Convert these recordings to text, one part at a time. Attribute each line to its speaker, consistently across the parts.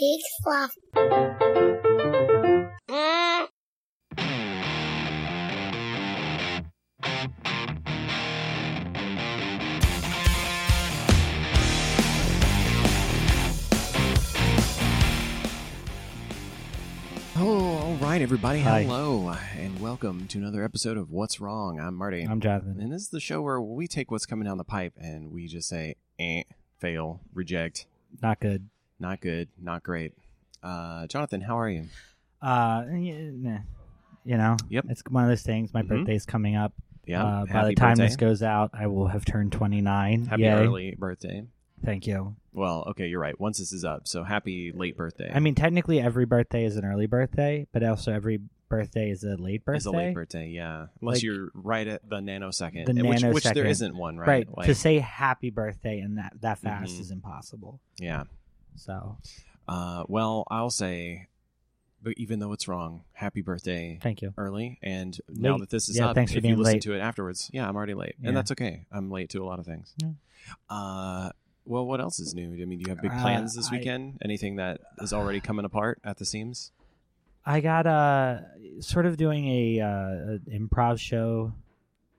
Speaker 1: big sloth. Mm.
Speaker 2: Oh, all right, everybody.
Speaker 3: Hi.
Speaker 2: Hello, and welcome to another episode of What's Wrong. I'm Marty,
Speaker 3: I'm Jonathan.
Speaker 2: and this is the show where we take what's coming down the pipe and we just say, eh, fail, reject,
Speaker 3: Not good.
Speaker 2: not good, not great. Uh, Jonathan, how are you?
Speaker 3: Uh, y- nah. you know.
Speaker 2: Yep.
Speaker 3: It's one of those things. My
Speaker 2: Mhm.
Speaker 3: birthday's coming up.
Speaker 2: Yeah,
Speaker 3: Uh, by
Speaker 2: happy
Speaker 3: the time
Speaker 2: birthday.
Speaker 3: this goes out, I will have turned 29.
Speaker 2: happy
Speaker 3: Yay.
Speaker 2: early birthday.
Speaker 3: Thank you.
Speaker 2: Well, okay, you're right. Once this is up, so happy late birthday.
Speaker 3: I mean, technically, every birthday is an early birthday, but also every birthday is a late birthday.
Speaker 2: It's a late birthday, yeah. Unless
Speaker 3: Like-
Speaker 2: you're right at the nanosecond,
Speaker 3: The
Speaker 2: and which, which there
Speaker 3: nanosecond.
Speaker 2: isn't one,
Speaker 3: Right.
Speaker 2: right?
Speaker 3: to
Speaker 2: Like,
Speaker 3: say happy birthday and that, that fast
Speaker 2: Mhm.
Speaker 3: is impossible.
Speaker 2: yeah.
Speaker 3: So
Speaker 2: Uh, well, I'll say, but even though it's wrong, happy birthday
Speaker 3: thank you.
Speaker 2: early. And now
Speaker 3: Late.
Speaker 2: that this is
Speaker 3: Yeah,
Speaker 2: up,
Speaker 3: thanks for
Speaker 2: if
Speaker 3: being
Speaker 2: you listen
Speaker 3: late.
Speaker 2: to it afterwards, yeah, I'm already late,
Speaker 3: Yeah.
Speaker 2: and that's okay. I'm late to a lot of things.
Speaker 3: Yeah.
Speaker 2: Uh, well, what else is new? I mean, do you have big
Speaker 3: Uh,
Speaker 2: plans this
Speaker 3: I-
Speaker 2: weekend? Anything that is already coming apart at the seams?
Speaker 3: I got uh, sort of doing a uh, an improv show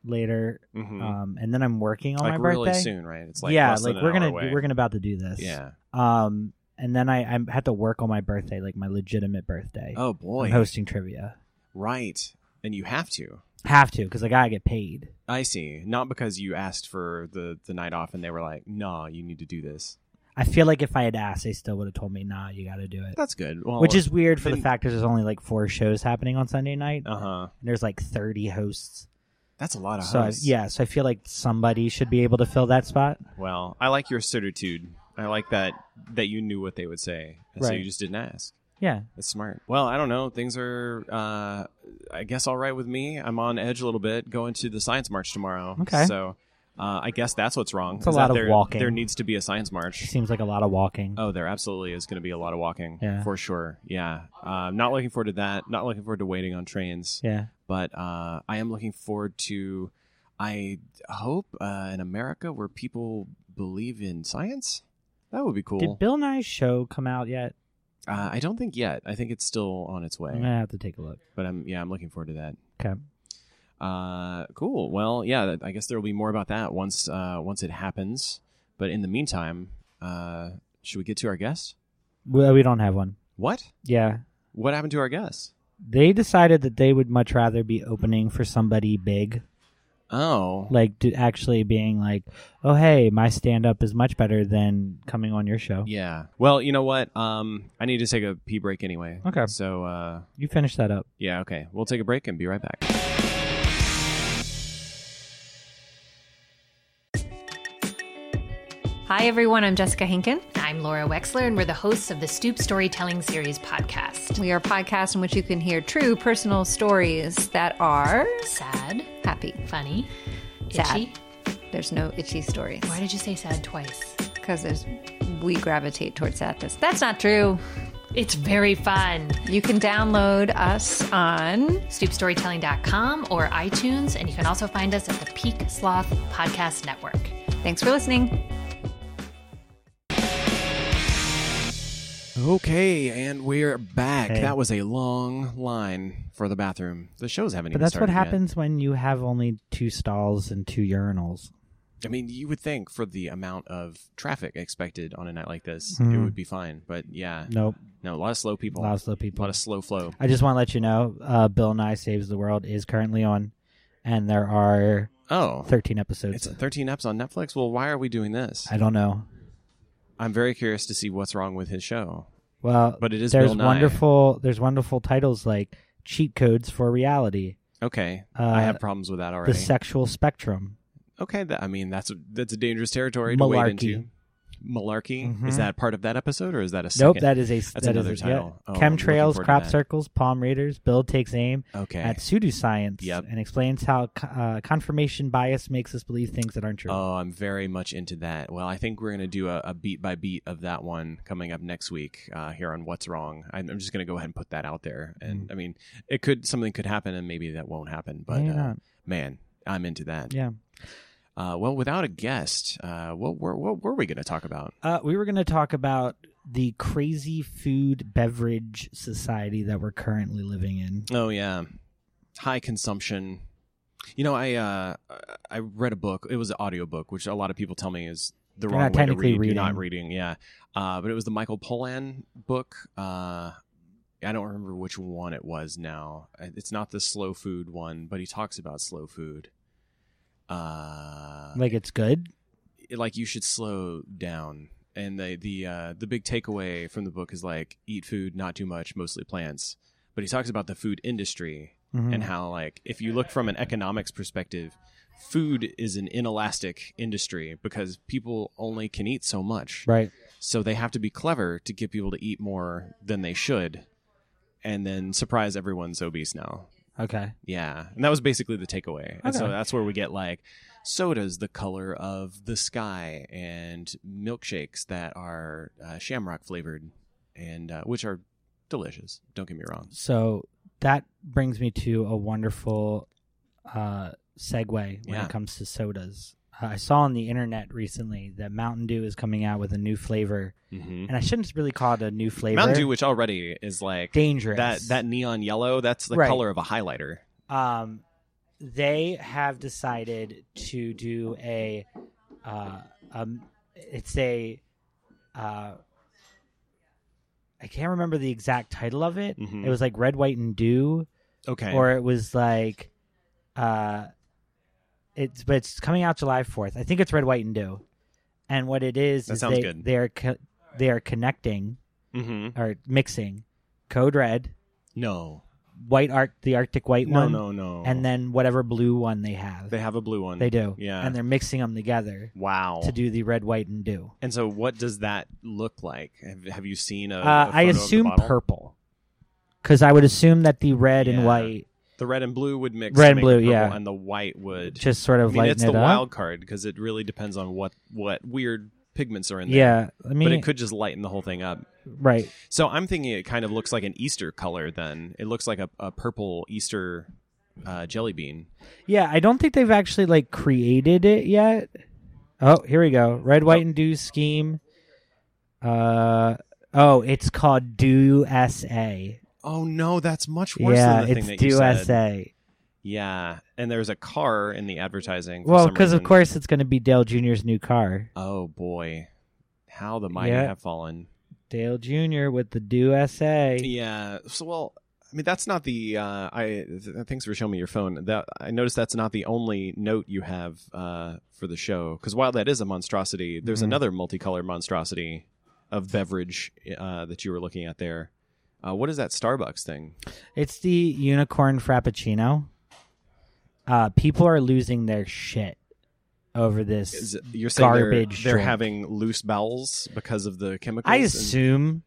Speaker 3: later,
Speaker 2: Mm-hmm.
Speaker 3: um, and then I'm working on
Speaker 2: like
Speaker 3: my
Speaker 2: really
Speaker 3: birthday.
Speaker 2: soon, right? It's like
Speaker 3: yeah,
Speaker 2: less than
Speaker 3: like
Speaker 2: an
Speaker 3: we're
Speaker 2: hour
Speaker 3: gonna
Speaker 2: away.
Speaker 3: we're gonna about to do this.
Speaker 2: yeah.
Speaker 3: Um, and then I I had to work on my birthday, like my legitimate birthday.
Speaker 2: Oh boy,
Speaker 3: I'm hosting trivia.
Speaker 2: right? And you have to.
Speaker 3: Have to because I gotta get paid.
Speaker 2: I see. Not because you asked for the the night off, and they were like, "Nah, you need to do this."
Speaker 3: I feel like if I had asked, they still would have told me, "Nah, you gotta do it."
Speaker 2: That's good. Well,
Speaker 3: Which is weird for the
Speaker 2: Oh, then-
Speaker 3: fact that there's only like four shows happening on Sunday night.
Speaker 2: uh huh.
Speaker 3: and there's like 30 hosts.
Speaker 2: That's a lot of
Speaker 3: So I,
Speaker 2: hosts.
Speaker 3: yeah, so I feel like somebody should be able to fill that spot.
Speaker 2: Well, I like your certitude. I like that that you knew what they would say, and so
Speaker 3: Right.
Speaker 2: you just didn't ask.
Speaker 3: Yeah,
Speaker 2: That's smart. Well, I don't know. Things are, uh, I guess, all right with me. I'm on edge a little bit going to the science march tomorrow.
Speaker 3: Okay.
Speaker 2: So, uh, I guess that's what's wrong.
Speaker 3: It's a
Speaker 2: is that
Speaker 3: lot of
Speaker 2: there,
Speaker 3: walking.
Speaker 2: There needs to be a science
Speaker 3: it
Speaker 2: march.
Speaker 3: seems like a lot of walking.
Speaker 2: Oh, there absolutely is going to be a lot of walking
Speaker 3: Yeah.
Speaker 2: for sure. Yeah. Uh, not looking forward to that. Not looking forward to waiting on trains
Speaker 3: Yeah,
Speaker 2: but uh, I am looking forward to. I hope uh, in America where people believe in science. That would be cool.
Speaker 3: did Bill Nye's show come out yet?
Speaker 2: uh, I don't think yet. I think it's still on its way.
Speaker 3: I'm gonna have to take a look.
Speaker 2: But I'm yeah, I'm looking forward to that.
Speaker 3: Okay,
Speaker 2: Uh, cool. Well, yeah, that- I guess there will be more about that once uh, once it happens. But in the meantime, uh, should we get to our guest?
Speaker 3: well, we don't have one.
Speaker 2: What?
Speaker 3: Yeah,
Speaker 2: What happened to our guest?
Speaker 3: they decided that they would much rather be opening for somebody big,
Speaker 2: Oh,
Speaker 3: like to actually being like, "Oh, hey, my stand up is much better than coming on your show."
Speaker 2: yeah. Well, you know what? Um, I need to take a pee break anyway.
Speaker 3: Okay.
Speaker 2: So uh,
Speaker 3: You finish that up.
Speaker 2: Yeah, okay. We'll take a break and be right back.
Speaker 4: Hi, everyone. I'm Jessica Hinken. I'm Laura Wexler, and we're the hosts of the Stoop Storytelling Series podcast.
Speaker 5: We are a podcast in which you can hear true personal stories that are
Speaker 4: Sad,
Speaker 5: happy.
Speaker 4: funny,
Speaker 5: Sad.
Speaker 4: itchy.
Speaker 5: There's no itchy stories
Speaker 4: Why did you say sad twice?
Speaker 5: because there's we gravitate towards sadness. That's not true.
Speaker 4: It's very fun.
Speaker 5: You can download us on
Speaker 4: StoopStorytelling.com or iTunes, and you can also find us at the Peak Sloth Podcast Network.
Speaker 5: Thanks for listening.
Speaker 2: Okay, and we're back.
Speaker 3: Hey.
Speaker 2: That was a long line for the bathroom. The shows haven't
Speaker 3: But
Speaker 2: even
Speaker 3: that's what
Speaker 2: started yet.
Speaker 3: happens when you have only two stalls and two urinals.
Speaker 2: I mean, you would think for the amount of traffic expected on a night like this, it
Speaker 3: Mhm.
Speaker 2: would be fine. But yeah,
Speaker 3: Nope,
Speaker 2: no, a lot of slow people.
Speaker 3: lots of
Speaker 2: A
Speaker 3: people.
Speaker 2: lot of slow flow.
Speaker 3: I just want to let you know, uh, Bill Nye Saves the World is currently on, and there are
Speaker 2: Oh,
Speaker 3: 13 episodes.
Speaker 2: it's 13 eps on Netflix? Well, why are we doing this?
Speaker 3: I don't know.
Speaker 2: I'm very curious to see what's wrong with his show.
Speaker 3: Well,
Speaker 2: But it is
Speaker 3: there's
Speaker 2: Bill Nye.
Speaker 3: wonderful. There's wonderful titles like "Cheat Codes for Reality,"
Speaker 2: Okay,
Speaker 3: Uh,
Speaker 2: I have problems with that already.
Speaker 3: "The Sexual Spectrum,"
Speaker 2: okay, that, I mean, that's a, that's a dangerous territory to
Speaker 3: Malarkey.
Speaker 2: wade into. Malarkey?
Speaker 3: Mhm.
Speaker 2: Is that part of that episode, or is that a second?
Speaker 3: Nope, that is a that is
Speaker 2: another
Speaker 3: a-
Speaker 2: title. Oh,
Speaker 3: Yeah.
Speaker 2: I'm looking forward
Speaker 3: Chemtrails,
Speaker 2: to
Speaker 3: crop
Speaker 2: that.
Speaker 3: circles, palm raiders. Bill takes aim
Speaker 2: Okay.
Speaker 3: at pseudoscience
Speaker 2: Yep.
Speaker 3: and explains how co- uh, confirmation bias makes us believe things that aren't true.
Speaker 2: Oh, I'm very much into that. Well, I think we're going to do a, a beat by beat of that one coming up next week uh, here on What's Wrong. I'm, I'm just going to go ahead and put that out there. And
Speaker 3: Mm.
Speaker 2: I mean, it could something could happen, and maybe that won't happen. But
Speaker 3: Maybe
Speaker 2: uh,
Speaker 3: not.
Speaker 2: man, I'm into that.
Speaker 3: yeah.
Speaker 2: Uh, well, without a guest, uh, what were what were we going to talk about?
Speaker 3: Uh, we were going to talk about the crazy food beverage society that we're currently living in.
Speaker 2: Oh yeah, high consumption. You know, I uh, I read a book. It was an audiobook, which a lot of people tell me is the
Speaker 3: You're
Speaker 2: wrong
Speaker 3: not
Speaker 2: way to read.
Speaker 3: technically
Speaker 2: You're not
Speaker 3: reading.
Speaker 2: reading, yeah. Uh, but it was the Michael Pollan book. Uh, I don't remember which one it was now. It's not the slow food one, but he talks about slow food. Uh,
Speaker 3: Like it's good.
Speaker 2: like you should slow down. And the the uh, the big takeaway from the book is like eat food, not too much, mostly plants. But he talks about the food industry
Speaker 3: Mhm.
Speaker 2: and how like if you look from an economics perspective, food is an inelastic industry because people only can eat so much.
Speaker 3: right.
Speaker 2: So they have to be clever to get people to eat more than they should, and then surprise everyone's obese now.
Speaker 3: Okay.
Speaker 2: Yeah, and that was basically the takeaway. And so
Speaker 3: Okay.
Speaker 2: that's where we get like sodas the color of the sky and milkshakes that are uh, shamrock flavored and uh, which are delicious. Don't get me wrong.
Speaker 3: So that brings me to a wonderful uh, segue when
Speaker 2: Yeah.
Speaker 3: it comes to sodas. Uh, I saw on the internet recently that Mountain Dew is coming out with a new flavor,
Speaker 2: Mm-hmm.
Speaker 3: and I shouldn't really call it a new flavor.
Speaker 2: Mountain Dew, which already is like
Speaker 3: dangerous.
Speaker 2: that that neon yellow. That's the
Speaker 3: Right.
Speaker 2: color of a highlighter.
Speaker 3: um, they have decided to do a uh, um, it's a uh, I can't remember the exact title of it.
Speaker 2: Mhm.
Speaker 3: It was like red, white, and dew,
Speaker 2: Okay.
Speaker 3: or it was like uh, it's but it's coming out July fourth. I think it's red, white, and dew. And what it is
Speaker 2: That
Speaker 3: is
Speaker 2: sounds
Speaker 3: they
Speaker 2: good.
Speaker 3: they are co- they are connecting
Speaker 2: mm-hmm.
Speaker 3: or mixing code red,
Speaker 2: No.
Speaker 3: white art the Arctic white
Speaker 2: No.
Speaker 3: one,
Speaker 2: No. No.
Speaker 3: and then whatever blue one they have.
Speaker 2: they have a blue one.
Speaker 3: They do.
Speaker 2: Yeah. Oh.
Speaker 3: And they're mixing them together
Speaker 2: wow.
Speaker 3: to do the red, white, and do.
Speaker 2: and so, what does that look like? Have, have you seen a? a
Speaker 3: Uh, I
Speaker 2: photo of the
Speaker 3: assume
Speaker 2: bottle?
Speaker 3: purple. Because I would assume that the red
Speaker 2: Yeah.
Speaker 3: and white
Speaker 2: The red and blue would mix.
Speaker 3: Red
Speaker 2: to
Speaker 3: and
Speaker 2: make
Speaker 3: blue,
Speaker 2: it purple,
Speaker 3: yeah.
Speaker 2: and the white would.
Speaker 3: just sort
Speaker 2: I
Speaker 3: of
Speaker 2: mean,
Speaker 3: lighten
Speaker 2: it's
Speaker 3: it
Speaker 2: the
Speaker 3: up.
Speaker 2: wild card because it really depends on what what weird pigments are in there.
Speaker 3: yeah, I mean,
Speaker 2: but it could just lighten the whole thing up.
Speaker 3: right.
Speaker 2: So I'm thinking it kind of looks like an Easter color. Then it looks like a, a purple Easter uh, jelly bean.
Speaker 3: Yeah, I don't think they've actually like created it yet. Oh, here we go. Red, white, and do scheme. Uh oh, it's called Do SA.
Speaker 2: Oh no, that's much worse
Speaker 3: Yeah,
Speaker 2: than the
Speaker 3: it's
Speaker 2: thing that you
Speaker 3: Do
Speaker 2: said.
Speaker 3: SA.
Speaker 2: Yeah, and there's a car in the advertising. for
Speaker 3: Well,
Speaker 2: some
Speaker 3: because of
Speaker 2: reason.
Speaker 3: course it's going to be Dale Jr.'s new car.
Speaker 2: Oh boy, how the mighty
Speaker 3: Yeah.
Speaker 2: have fallen.
Speaker 3: Dale Jr. with the Do SA.
Speaker 2: Yeah. So well, I mean that's not the uh, I. Th- thanks for showing me your phone. That I noticed that's not the only note you have uh, for the show. Because while that is a monstrosity, there's
Speaker 3: Mhm.
Speaker 2: another multicolored monstrosity of beverage uh, that you were looking at there. Uh, what is that Starbucks thing?
Speaker 3: It's the unicorn frappuccino. Uh, people are losing their shit over this.
Speaker 2: Is, you're saying they're-
Speaker 3: Garbage
Speaker 2: They're,
Speaker 3: drink.
Speaker 2: having loose bowels because of the chemicals.
Speaker 3: I
Speaker 2: and-
Speaker 3: assume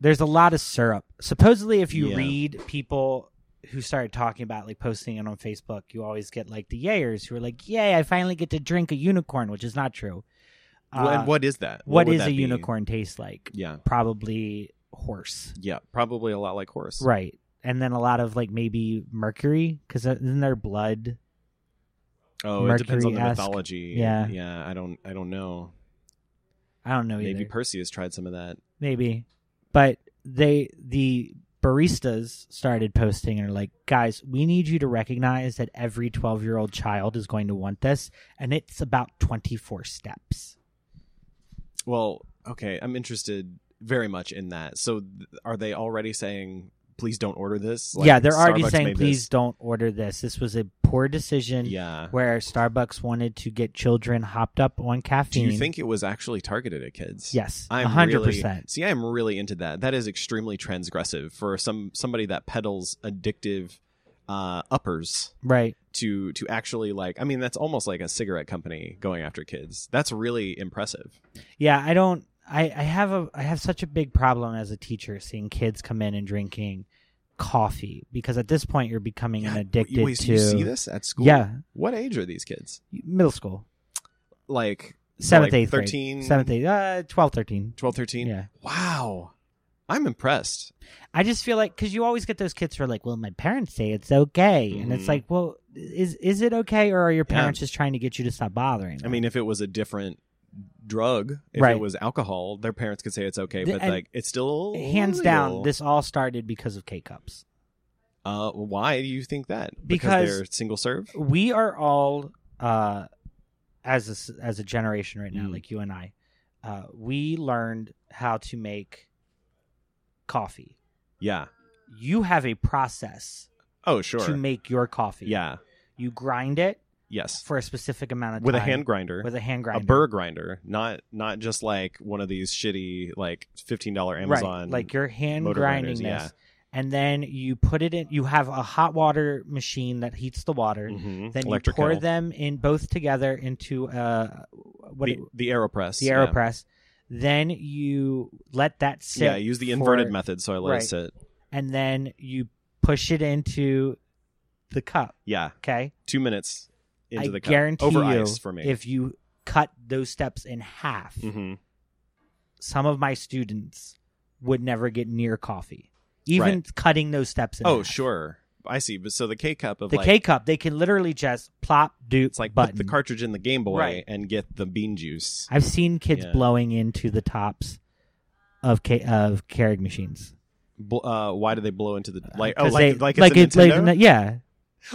Speaker 3: there's a lot of syrup. Supposedly, if you
Speaker 2: Yeah.
Speaker 3: read people who started talking about like posting it on Facebook, you always get like the yayers who are like, "Yay, I finally get to drink a unicorn," which is not true.
Speaker 2: Well,
Speaker 3: Uh,
Speaker 2: and what is that?
Speaker 3: what
Speaker 2: would
Speaker 3: is
Speaker 2: that
Speaker 3: a
Speaker 2: be?
Speaker 3: unicorn taste like?
Speaker 2: Yeah.
Speaker 3: Probably horse,
Speaker 2: Yeah. Probably a lot like horse.
Speaker 3: right? And then a lot of like maybe mercury because isn't there blood
Speaker 2: Oh, it depends on the
Speaker 3: Mercury-esque.
Speaker 2: mythology.
Speaker 3: Yeah.
Speaker 2: Yeah. I don't. I don't know.
Speaker 3: I don't know
Speaker 2: Maybe
Speaker 3: either.
Speaker 2: Perseus tried some of that.
Speaker 3: Maybe, but they the baristas started posting and are like, guys, we need you to recognize that every twelve year old child is going to want this, and it's about twenty four steps.
Speaker 2: Well, okay, I'm interested very much in that. So, th- are they already saying, "Please don't order this"? Like,
Speaker 3: yeah, they're already
Speaker 2: Starbucks
Speaker 3: saying,
Speaker 2: made
Speaker 3: please
Speaker 2: this-
Speaker 3: don't order this. This was a poor decision.
Speaker 2: Yeah.
Speaker 3: Where Starbucks wanted to get children hopped up on
Speaker 2: Do
Speaker 3: caffeine.
Speaker 2: you think it was actually targeted at kids?
Speaker 3: Yes,
Speaker 2: I'm
Speaker 3: a hundred
Speaker 2: really-
Speaker 3: percent.
Speaker 2: See, I'm really into that. That is extremely transgressive for some somebody that peddles addictive uh, uppers
Speaker 3: Right.
Speaker 2: to to actually like. I mean, that's almost like a cigarette company going after kids. That's really impressive.
Speaker 3: Yeah, I don't. I, I have a I have such a big problem as a teacher seeing kids come in and drinking coffee because at this point you're becoming an
Speaker 2: Yeah,
Speaker 3: addicted
Speaker 2: wait, so
Speaker 3: to
Speaker 2: you see this at school?
Speaker 3: yeah
Speaker 2: What age are these kids?
Speaker 3: middle school
Speaker 2: Like so
Speaker 3: seventh
Speaker 2: like
Speaker 3: eighth
Speaker 2: 13?
Speaker 3: grade seventh eighth uh 12 13
Speaker 2: 12, 13?
Speaker 3: yeah
Speaker 2: Wow. I'm impressed.
Speaker 3: I just feel like because you always get those kids who are like well my parents say it's okay and
Speaker 2: Mhm.
Speaker 3: it's like well is is it okay or are your
Speaker 2: Yeah.
Speaker 3: parents just trying to get you to stop bothering
Speaker 2: I
Speaker 3: them?
Speaker 2: mean, if it was a different drug, if
Speaker 3: Right.
Speaker 2: it was alcohol, their parents could say it's okay,
Speaker 3: The-
Speaker 2: but
Speaker 3: and-
Speaker 2: like it's still
Speaker 3: Hands
Speaker 2: illegal.
Speaker 3: down, this all started because of K cups.
Speaker 2: Uh, why do you think that?
Speaker 3: Because-
Speaker 2: they're single serve.
Speaker 3: We are all, uh, as a, s- as a generation right now,
Speaker 2: Mm.
Speaker 3: like you and I, uh, we learned how to make coffee.
Speaker 2: Yeah.
Speaker 3: You have a process
Speaker 2: Oh, sure.
Speaker 3: to make your coffee.
Speaker 2: yeah.
Speaker 3: you grind it
Speaker 2: Yes.
Speaker 3: for a specific amount of
Speaker 2: With a
Speaker 3: time
Speaker 2: hand grinder.
Speaker 3: with a hand grinder,
Speaker 2: a burr grinder, not not just like one of these shitty like fifteen dollar Amazon.
Speaker 3: right? Like you're hand
Speaker 2: motor
Speaker 3: grinding
Speaker 2: grinders,
Speaker 3: this,
Speaker 2: yeah.
Speaker 3: and then you put it in. You have a hot water machine that heats the water.
Speaker 2: Mhm.
Speaker 3: Then
Speaker 2: Electric
Speaker 3: you pour
Speaker 2: kettle.
Speaker 3: them in both together into uh, what
Speaker 2: the,
Speaker 3: it-
Speaker 2: the Aeropress.
Speaker 3: the
Speaker 2: yeah.
Speaker 3: aeropress. Then you let that sit.
Speaker 2: Yeah, I use the
Speaker 3: for-
Speaker 2: inverted method, so I let
Speaker 3: right.
Speaker 2: it sit.
Speaker 3: and then you push it into the cup.
Speaker 2: Yeah,
Speaker 3: Okay,
Speaker 2: two minutes into
Speaker 3: I
Speaker 2: the cup.
Speaker 3: guarantee
Speaker 2: Over
Speaker 3: you,
Speaker 2: ice for me.
Speaker 3: if you cut those steps in half,
Speaker 2: hmm
Speaker 3: some of my students would never get near coffee. Even
Speaker 2: Right.
Speaker 3: cutting those steps in.
Speaker 2: Oh,
Speaker 3: half.
Speaker 2: sure. I see. But so the K cup of
Speaker 3: The
Speaker 2: like
Speaker 3: K cup, they can literally just plop, do,
Speaker 2: it's like
Speaker 3: button.
Speaker 2: put the cartridge in the Game Boy
Speaker 3: Right.
Speaker 2: and get the bean juice.
Speaker 3: I've seen kids
Speaker 2: Yeah.
Speaker 3: blowing into the tops of K- of Keurig machines.
Speaker 2: Bl- uh, why do they blow into the like? Oh,
Speaker 3: 'Cause
Speaker 2: like
Speaker 3: they-
Speaker 2: like it's a
Speaker 3: like
Speaker 2: Nintendo?
Speaker 3: n- yeah,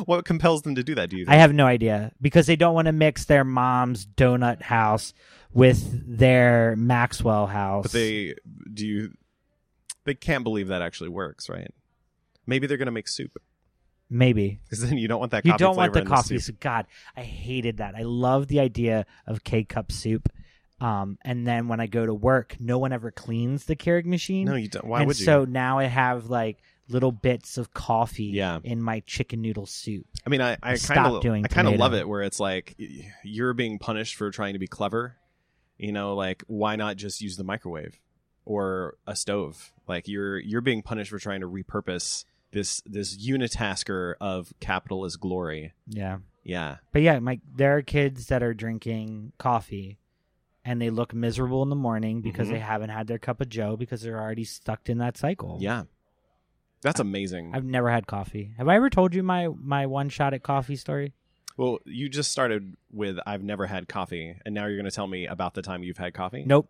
Speaker 2: What compels them to do that? Do you? Think?
Speaker 3: I have no idea because they don't want to mix their mom's donut house with their Maxwell house.
Speaker 2: But they do you? They can't believe that actually works, right? Maybe they're gonna make soup
Speaker 3: Maybe
Speaker 2: because then you don't want that.
Speaker 3: you
Speaker 2: coffee
Speaker 3: don't want
Speaker 2: flavor
Speaker 3: the
Speaker 2: in
Speaker 3: coffee
Speaker 2: soup.
Speaker 3: soup. God, I hated that. I love the idea of K cup soup. Um, and then when I go to work, no one ever cleans the Keurig machine.
Speaker 2: No, you don't. Why
Speaker 3: and
Speaker 2: would you?
Speaker 3: So now I have like little bits of coffee
Speaker 2: Yeah.
Speaker 3: in my chicken noodle soup.
Speaker 2: I mean, I, I
Speaker 3: Stop
Speaker 2: kind of
Speaker 3: doing
Speaker 2: I kind of
Speaker 3: tomato.
Speaker 2: love it where it's like y- you're being punished for trying to be clever. You know, like why not just use the microwave or a stove? Like you're you're being punished for trying to repurpose this this unitasker of capitalist glory.
Speaker 3: Yeah.
Speaker 2: Yeah,
Speaker 3: But yeah, my there are kids that are drinking coffee and they look miserable in the morning because
Speaker 2: Mhm.
Speaker 3: they haven't had their cup of joe because they're already stuck in that cycle.
Speaker 2: yeah, Oh. that's amazing.
Speaker 3: I've never had coffee. Have I ever told you my my one shot at coffee story?
Speaker 2: well, you just started with I've never had coffee, and now you're going to tell me about the time you've had coffee.
Speaker 3: Nope.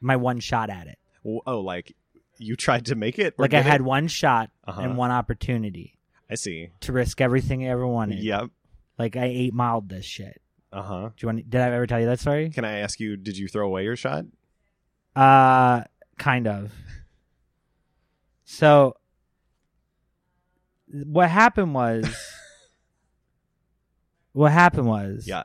Speaker 3: My one shot at it.
Speaker 2: Well, oh, like you tried to make it. or
Speaker 3: Like I
Speaker 2: did
Speaker 3: had
Speaker 2: it?
Speaker 3: one shot
Speaker 2: Uh-huh.
Speaker 3: and one opportunity
Speaker 2: I see.
Speaker 3: to risk everything I ever wanted.
Speaker 2: Yep.
Speaker 3: Like I eight miled this shit.
Speaker 2: Uh huh.
Speaker 3: Do you want? Did I ever tell you that story?
Speaker 2: Can I ask you, did you throw away your shot?
Speaker 3: Uh, kind of. So, what happened was, what happened was,
Speaker 2: Yeah.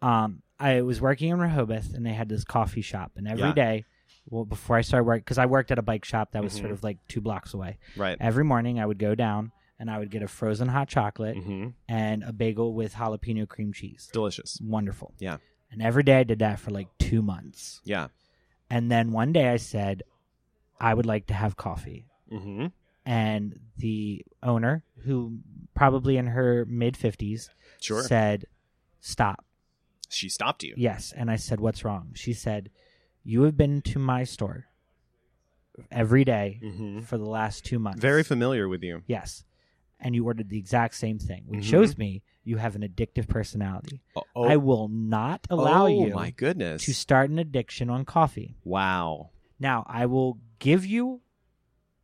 Speaker 3: Um, I was working in Rehoboth, and they had this coffee shop, and every day,
Speaker 2: Yeah.
Speaker 3: well, before I started work, because I worked at a bike shop that was
Speaker 2: Mhm.
Speaker 3: sort of like two blocks away.
Speaker 2: Right.
Speaker 3: Every morning, I would go down and I would get a frozen hot chocolate
Speaker 2: Mm-hmm.
Speaker 3: and a bagel with jalapeno cream cheese.
Speaker 2: Delicious.
Speaker 3: It's wonderful.
Speaker 2: Yeah.
Speaker 3: And every day I did that for like two months.
Speaker 2: Yeah.
Speaker 3: And then one day I said, I would like to have coffee.
Speaker 2: Mm-hmm.
Speaker 3: And the owner, who probably in her mid 50s,
Speaker 2: Sure.
Speaker 3: said, Stop.
Speaker 2: she stopped you.
Speaker 3: Yes. And I said, What's wrong? She said, You have been to my store every day
Speaker 2: Mm-hmm.
Speaker 3: for the last two months.
Speaker 2: Very familiar with you.
Speaker 3: Yes. And you ordered the exact same thing, which
Speaker 2: Mhm.
Speaker 3: shows me you have an addictive personality.
Speaker 2: Oh,
Speaker 3: I will not allow
Speaker 2: oh,
Speaker 3: you
Speaker 2: my goodness.
Speaker 3: to start an addiction on coffee.
Speaker 2: wow.
Speaker 3: Now, I will give you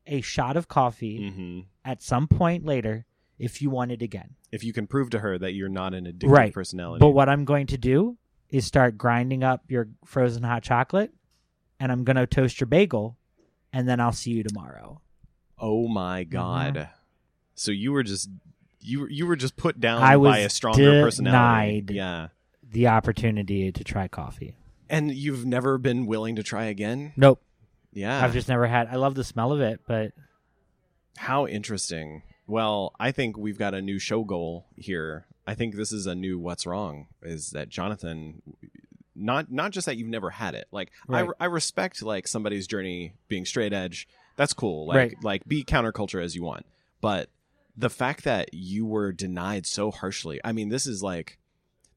Speaker 3: a shot of coffee
Speaker 2: Mm-hmm.
Speaker 3: at some point later if you want it again.
Speaker 2: If you can prove to her that you're not an addictive
Speaker 3: Right.
Speaker 2: personality.
Speaker 3: But what I'm going to do is start grinding up your frozen hot chocolate and I'm going to toast your bagel and then I'll see you tomorrow.
Speaker 2: Oh my
Speaker 3: Mm-hmm.
Speaker 2: god. So you were just you were- you were just put down
Speaker 3: I was
Speaker 2: by a stronger
Speaker 3: denied.
Speaker 2: personality. Yeah.
Speaker 3: The opportunity to try coffee.
Speaker 2: And you've never been willing to try again?
Speaker 3: Nope.
Speaker 2: Yeah.
Speaker 3: I've just never had. I love the smell of it, but
Speaker 2: How interesting. Well, I think we've got a new show goal here. I think this is a new what's wrong is that Jonathan not not just that you've never had it. Like
Speaker 3: Right.
Speaker 2: I I respect like somebody's journey being straight edge. That's cool. Like
Speaker 3: Right.
Speaker 2: like be counterculture as you want. But the fact that you were denied so harshly. I mean, this is like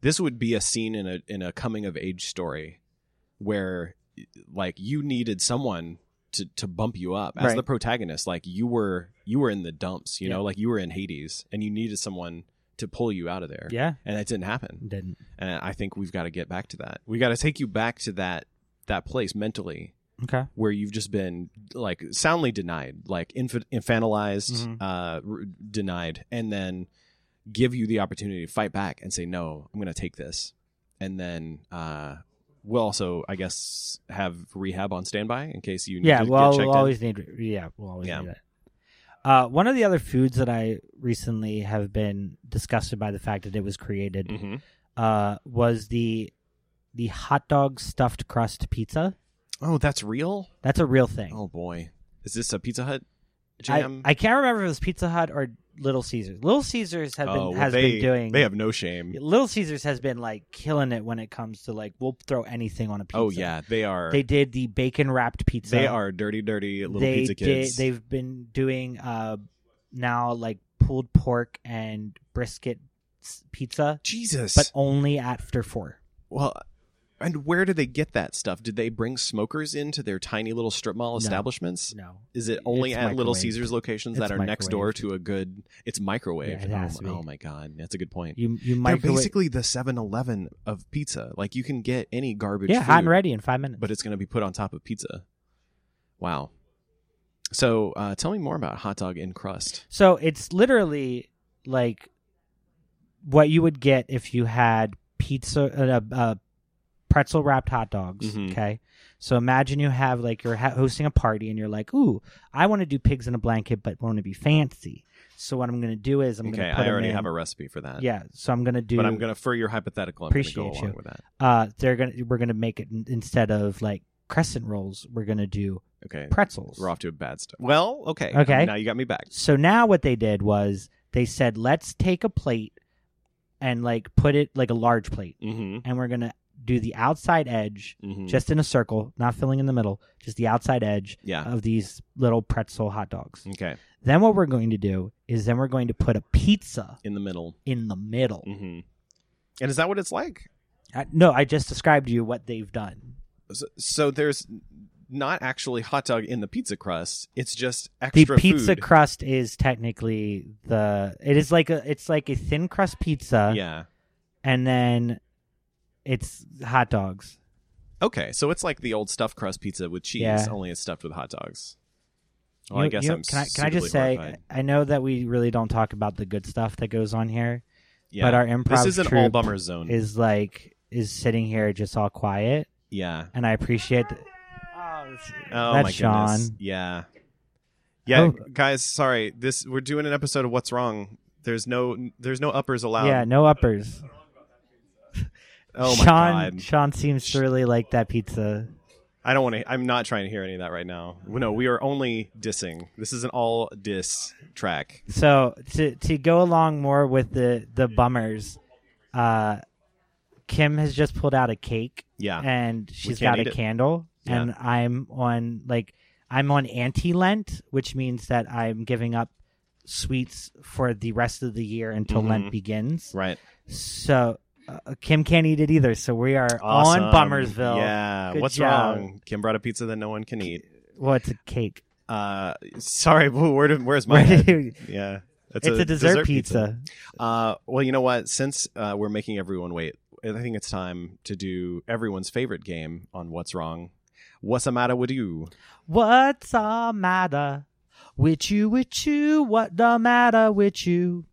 Speaker 2: this would be a scene in a in a coming of age story where like you needed someone to to bump you up as
Speaker 3: Right.
Speaker 2: the protagonist like you were you were in the dumps you
Speaker 3: Yeah.
Speaker 2: know like you were in Hades and you needed someone to pull you out of there.
Speaker 3: Yeah.
Speaker 2: And that didn't happen.
Speaker 3: Didn't.
Speaker 2: And I think we've got to get back to that. We got to take you back to that that place mentally
Speaker 3: Okay.
Speaker 2: where you've just been like soundly denied, like inf- infantilized,
Speaker 3: Mhm.
Speaker 2: uh, r- denied, and then give you the opportunity to fight back and say, "No, I'm going to take this," and then uh, we'll also, I guess, have rehab on standby in case you need
Speaker 3: yeah,
Speaker 2: to
Speaker 3: well,
Speaker 2: get checked
Speaker 3: we'll
Speaker 2: in.
Speaker 3: always need. Yeah, we'll always
Speaker 2: Yeah.
Speaker 3: need it. Uh, one of the other foods that I recently have been disgusted by the fact that it was created
Speaker 2: Mhm.
Speaker 3: uh, was the the hot dog stuffed crust pizza.
Speaker 2: Oh, that's real.
Speaker 3: That's a real thing.
Speaker 2: Oh boy, is this a Pizza Hut
Speaker 3: I,
Speaker 2: jam?
Speaker 3: I can't remember if it was Pizza Hut or Little Caesars. Little Caesars have been
Speaker 2: Oh, well,
Speaker 3: has
Speaker 2: they,
Speaker 3: been doing.
Speaker 2: They have no shame.
Speaker 3: Little Caesars has been like killing it when it comes to like we'll throw anything on a pizza.
Speaker 2: Oh yeah, they are.
Speaker 3: they
Speaker 2: They,
Speaker 3: did the bacon wrapped pizza.
Speaker 2: are dirty, dirty little
Speaker 3: they
Speaker 2: pizza kids.
Speaker 3: Did, they've been doing uh now like pulled pork and brisket s- pizza,
Speaker 2: Jesus.
Speaker 3: but only after four.
Speaker 2: Well, and where do they get that stuff? Did they bring smokers into their tiny little strip mall
Speaker 3: No.
Speaker 2: establishments?
Speaker 3: No,
Speaker 2: Is it only
Speaker 3: It's
Speaker 2: at Little
Speaker 3: microwaved.
Speaker 2: Caesars locations
Speaker 3: It's
Speaker 2: that are next door
Speaker 3: microwaved.
Speaker 2: to a good? It's microwave.
Speaker 3: Yeah, it has
Speaker 2: oh,
Speaker 3: to be.
Speaker 2: my- oh my god, that's a good point.
Speaker 3: you you
Speaker 2: They're
Speaker 3: microwave
Speaker 2: basically the 7-Eleven of pizza. Like you can get any garbage.
Speaker 3: yeah hot
Speaker 2: food
Speaker 3: and ready in five minutes.
Speaker 2: but it's going to be put on top of pizza. Wow. So uh, tell me more about hot dog in crust.
Speaker 3: So it's literally like what you would get if you had pizza, uh, uh, pretzel wrapped hot dogs.
Speaker 2: Mhm.
Speaker 3: Okay. So imagine you have like you're ha- hosting a party and you're like, ooh, I want to do pigs in a blanket, but want to be fancy. So what I'm going to do is I'm
Speaker 2: okay,
Speaker 3: going to put
Speaker 2: I already
Speaker 3: them in-
Speaker 2: have a recipe for that.
Speaker 3: yeah. So I'm going to do.
Speaker 2: But I'm going to, for your hypothetical, I'm going to go
Speaker 3: Appreciate
Speaker 2: along
Speaker 3: you.
Speaker 2: with that.
Speaker 3: Uh, they're going to we're going to make it in- instead of like crescent rolls. We're going to do
Speaker 2: Okay.
Speaker 3: pretzels.
Speaker 2: We're off to a bad start. Well, okay.
Speaker 3: Okay.
Speaker 2: Now you got me back.
Speaker 3: So now what they did was they said, let's take a plate and like put it like a large plate,
Speaker 2: Mm-hmm.
Speaker 3: and we're gonna do the outside edge
Speaker 2: mm-hmm.
Speaker 3: just in a circle, not filling in the middle, just the outside edge
Speaker 2: yeah.
Speaker 3: of these little pretzel hot dogs.
Speaker 2: okay.
Speaker 3: Then what we're going to do is then we're going to put a pizza
Speaker 2: In the middle.
Speaker 3: in the middle.
Speaker 2: Mm-hmm. And is that what it's like?
Speaker 3: I- no, I just described to you what they've done.
Speaker 2: So, so there's not actually hot dog in the pizza crust. It's just
Speaker 3: The
Speaker 2: extra
Speaker 3: pizza
Speaker 2: food.
Speaker 3: crust is technically the it is like a it's like a thin crust pizza
Speaker 2: yeah.
Speaker 3: and then it's hot dogs.
Speaker 2: Okay, so it's like the old stuffed crust pizza with cheese,
Speaker 3: Yeah.
Speaker 2: only it's stuffed with hot dogs. Well, I
Speaker 3: You-
Speaker 2: guess
Speaker 3: you-
Speaker 2: I'm.
Speaker 3: can I, can I just
Speaker 2: suitably
Speaker 3: say
Speaker 2: horrified.
Speaker 3: I know that we really don't talk about the good stuff that goes on here,
Speaker 2: Yeah.
Speaker 3: but our improv
Speaker 2: this is an
Speaker 3: troupe
Speaker 2: all bummer zone.
Speaker 3: is like is sitting here just all quiet,
Speaker 2: yeah.
Speaker 3: and I appreciate. Th- oh,
Speaker 2: Oh
Speaker 3: that's
Speaker 2: my
Speaker 3: Sean.
Speaker 2: goodness. Yeah. Yeah,
Speaker 3: Oh.
Speaker 2: guys. Sorry, this we're doing an episode of What's Wrong. There's no, there's no uppers allowed.
Speaker 3: Yeah, no uppers.
Speaker 2: oh my
Speaker 3: Sean,
Speaker 2: god.
Speaker 3: Sean seems to really like that pizza.
Speaker 2: I don't want to. I'm not trying to hear any of that right now. No, we are only dissing. This is an all diss track.
Speaker 3: So to to go along more with the the bummers, uh, Kim has just pulled out a cake.
Speaker 2: Yeah.
Speaker 3: and she's
Speaker 2: Uh, can't
Speaker 3: got a
Speaker 2: eat it.
Speaker 3: candle
Speaker 2: Yeah.
Speaker 3: and i'm on like i'm on anti-lent which means that i'm giving up sweets for the rest of the year until lent
Speaker 2: Mm-hmm.
Speaker 3: begins
Speaker 2: right.
Speaker 3: so uh, kim can't eat it either so we are
Speaker 2: Awesome.
Speaker 3: on bummersville
Speaker 2: Yeah.
Speaker 3: Good
Speaker 2: What's
Speaker 3: job.
Speaker 2: wrong? Kim brought a pizza that no one can eat.
Speaker 3: well it's a cake
Speaker 2: Uh, sorry, but where did, where's my
Speaker 3: Where
Speaker 2: head?
Speaker 3: did-
Speaker 2: Yeah,
Speaker 3: it's, a, dessert, pizza,
Speaker 2: Uh, well, you know what? Since uh, we're making everyone wait, I think it's time to do everyone's favorite game on what's wrong. What's the matter with you?
Speaker 3: what's the matter with you with you what the matter with you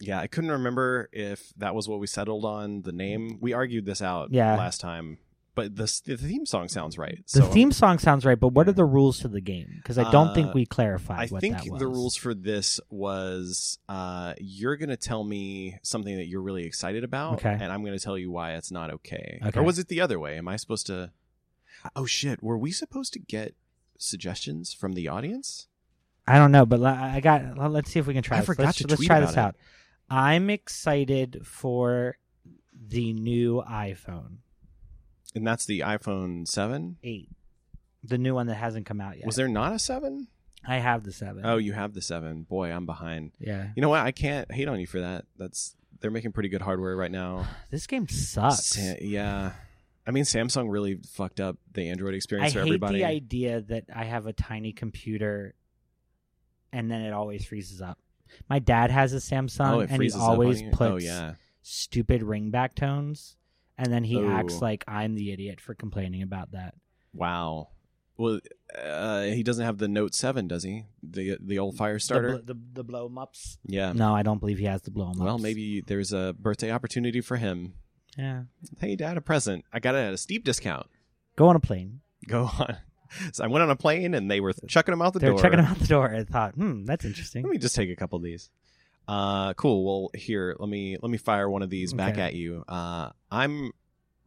Speaker 2: Yeah, I couldn't remember if that was what we settled on the name. We argued this out
Speaker 3: Yeah.
Speaker 2: last time, but the s- the theme song sounds right.
Speaker 3: the
Speaker 2: so um,
Speaker 3: theme song sounds right but what
Speaker 2: Yeah.
Speaker 3: are the rules to the game because i don't
Speaker 2: Uh,
Speaker 3: think we clarified
Speaker 2: I
Speaker 3: what
Speaker 2: think
Speaker 3: that was.
Speaker 2: the rules for this was uh, you're going to tell me something that you're really excited about,
Speaker 3: Okay.
Speaker 2: and I'm going to tell you why it's not okay.
Speaker 3: Okay.
Speaker 2: Or was it the other way? Am I supposed to? Oh shit! Were we supposed to get suggestions from the audience?
Speaker 3: I don't know, but li- I got. well, Let's see if we can try.
Speaker 2: I
Speaker 3: this.
Speaker 2: forgot
Speaker 3: let's,
Speaker 2: to
Speaker 3: let's
Speaker 2: tweet
Speaker 3: try
Speaker 2: about
Speaker 3: this
Speaker 2: it.
Speaker 3: out. I'm excited for the new iPhone
Speaker 2: And that's the iPhone Seven.
Speaker 3: eight, the new one that hasn't come out yet.
Speaker 2: Was there not a seven?
Speaker 3: I have the seven.
Speaker 2: Oh, you have the seven. Boy, I'm behind.
Speaker 3: yeah.
Speaker 2: You know what? I can't hate on you for that. That's they're making pretty good hardware right now.
Speaker 3: This game sucks.
Speaker 2: Oh. Sa- yeah. I mean, Samsung really fucked up the Android
Speaker 3: I
Speaker 2: experience for
Speaker 3: hate
Speaker 2: everybody.
Speaker 3: the idea that I have a tiny computer, and then it always freezes up. My dad has a Samsung,
Speaker 2: oh, it
Speaker 3: and he
Speaker 2: freezes up on
Speaker 3: always
Speaker 2: you.
Speaker 3: puts
Speaker 2: Oh yeah.
Speaker 3: stupid ringback tones, and then he acts
Speaker 2: Ooh.
Speaker 3: like I'm the idiot for complaining about that.
Speaker 2: Wow. Well, uh, he doesn't have the Note Seven, does he? The the old fire starter.
Speaker 3: the, bl- the, the blow 'em ups.
Speaker 2: yeah.
Speaker 3: No, I don't believe he has the blow 'em ups.
Speaker 2: Um, Well, maybe there's a birthday opportunity for him.
Speaker 3: Yeah,
Speaker 2: Hey, Dad, a present. I got it at a steep discount.
Speaker 3: go on a plane.
Speaker 2: Go on. So I went on a plane and they were chucking them out the
Speaker 3: They're
Speaker 2: door.
Speaker 3: checking him out the door. and thought, hmm, that's
Speaker 2: Let
Speaker 3: interesting.
Speaker 2: me just take a couple of these. Uh, cool. Well, here, let me let me fire one of these back
Speaker 3: Okay.
Speaker 2: at you. Uh, I'm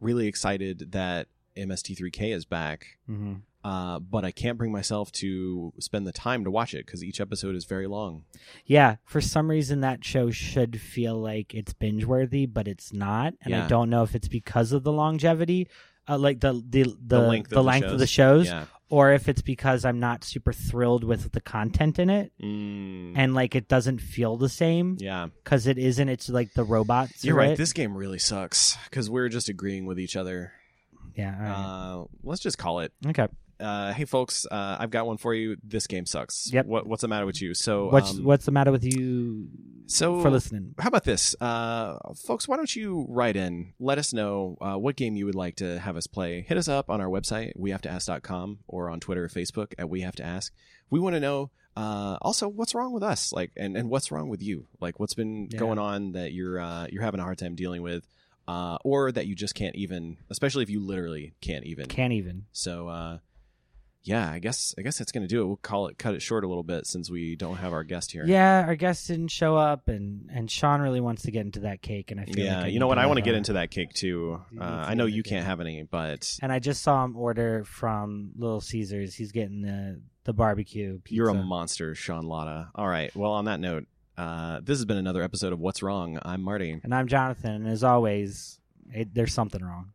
Speaker 2: really excited that MST3K is back,
Speaker 3: hmm
Speaker 2: uh, but I can't bring myself to spend the time to watch it because each episode is very long.
Speaker 3: Yeah, for some reason that show should feel like it's binge worthy, but it's not, and I
Speaker 2: Yeah.
Speaker 3: don't know if it's because of the longevity, uh, like the the the,
Speaker 2: The length of the
Speaker 3: length of the
Speaker 2: shows.
Speaker 3: shows,
Speaker 2: Yeah.
Speaker 3: or if it's because I'm not super thrilled with the content in it,
Speaker 2: Mm,
Speaker 3: and like it doesn't feel the same
Speaker 2: yeah.
Speaker 3: because it isn't. It's like the robots.
Speaker 2: You're
Speaker 3: are
Speaker 2: right.
Speaker 3: it.
Speaker 2: This game really sucks because we're just agreeing with each other.
Speaker 3: yeah. all right.
Speaker 2: Uh, let's just call it.
Speaker 3: okay.
Speaker 2: Uh, hey, folks, uh, I've got one for you. This game sucks.
Speaker 3: Yep.
Speaker 2: What, what's the matter with you? So,
Speaker 3: What's
Speaker 2: um,
Speaker 3: what's the matter with you
Speaker 2: so
Speaker 3: for listening?
Speaker 2: how about this, uh, folks? Why don't you write in? Let us know uh, what game you would like to have us play. Hit us up on our website, wehavetoask.com, or on Twitter or Facebook at We Have to Ask. We want to know. Uh, also, what's wrong with us? Like, and, and what's wrong with you? Like, what's been
Speaker 3: Yeah.
Speaker 2: going on that you're uh, you're having a hard time dealing with, uh, or that you just can't even, especially if you literally can't even.
Speaker 3: Can't even.
Speaker 2: So, uh, yeah, I guess I guess that's gonna do it. We'll call it cut it short a little bit since we don't have our guest here.
Speaker 3: Yeah, our guest didn't show up, and and Sean really wants to get into that cake, and I feel
Speaker 2: Yeah,
Speaker 3: like
Speaker 2: you know what? I want to
Speaker 3: to
Speaker 2: get into that cake too.
Speaker 3: You
Speaker 2: Uh,
Speaker 3: need to
Speaker 2: I know
Speaker 3: get
Speaker 2: you
Speaker 3: into
Speaker 2: can't
Speaker 3: it.
Speaker 2: have any, but
Speaker 3: And I just saw him order from Little Caesars. He's getting the the barbecue pizza.
Speaker 2: you're a monster, Sean Latta. All right. Well, on that note, uh, this has been another episode of What's Wrong. I'm Marty.
Speaker 3: and I'm Jonathan, and as always, it, there's something wrong.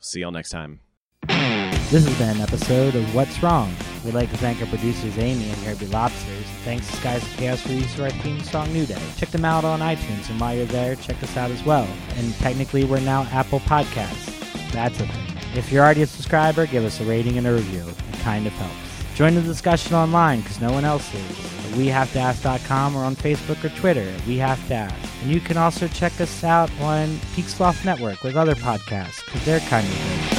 Speaker 2: See y'all next time.
Speaker 3: This has been an episode of What's Wrong. We'd like to thank our producers Amy and Herbie Lobsters. Thanks to Skies of Chaos for use of our theme song New Day. Check them out on iTunes, and while you're there, check us out as well. And technically, we're now Apple Podcasts. That's a thing. If you're already a subscriber, give us a rating and a review. It kind of helps. Join the discussion online because no one else is. At WeHaveToAsk.com or on Facebook or Twitter at We Have to Ask. And you can also check us out on Peaksloft Network with other podcasts because they're kind of good.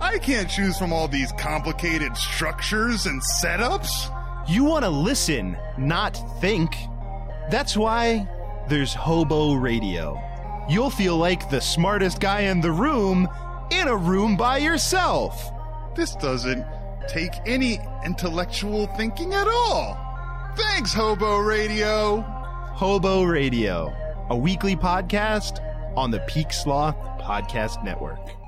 Speaker 6: I can't choose from all these complicated structures and setups.
Speaker 7: You want to listen, not think. That's why there's Hobo Radio. You'll feel like the smartest guy in the room in a room by yourself.
Speaker 6: This doesn't take any intellectual thinking at all. Thanks, Hobo Radio.
Speaker 7: Hobo Radio, a weekly podcast on the Peak Sloth Podcast Network.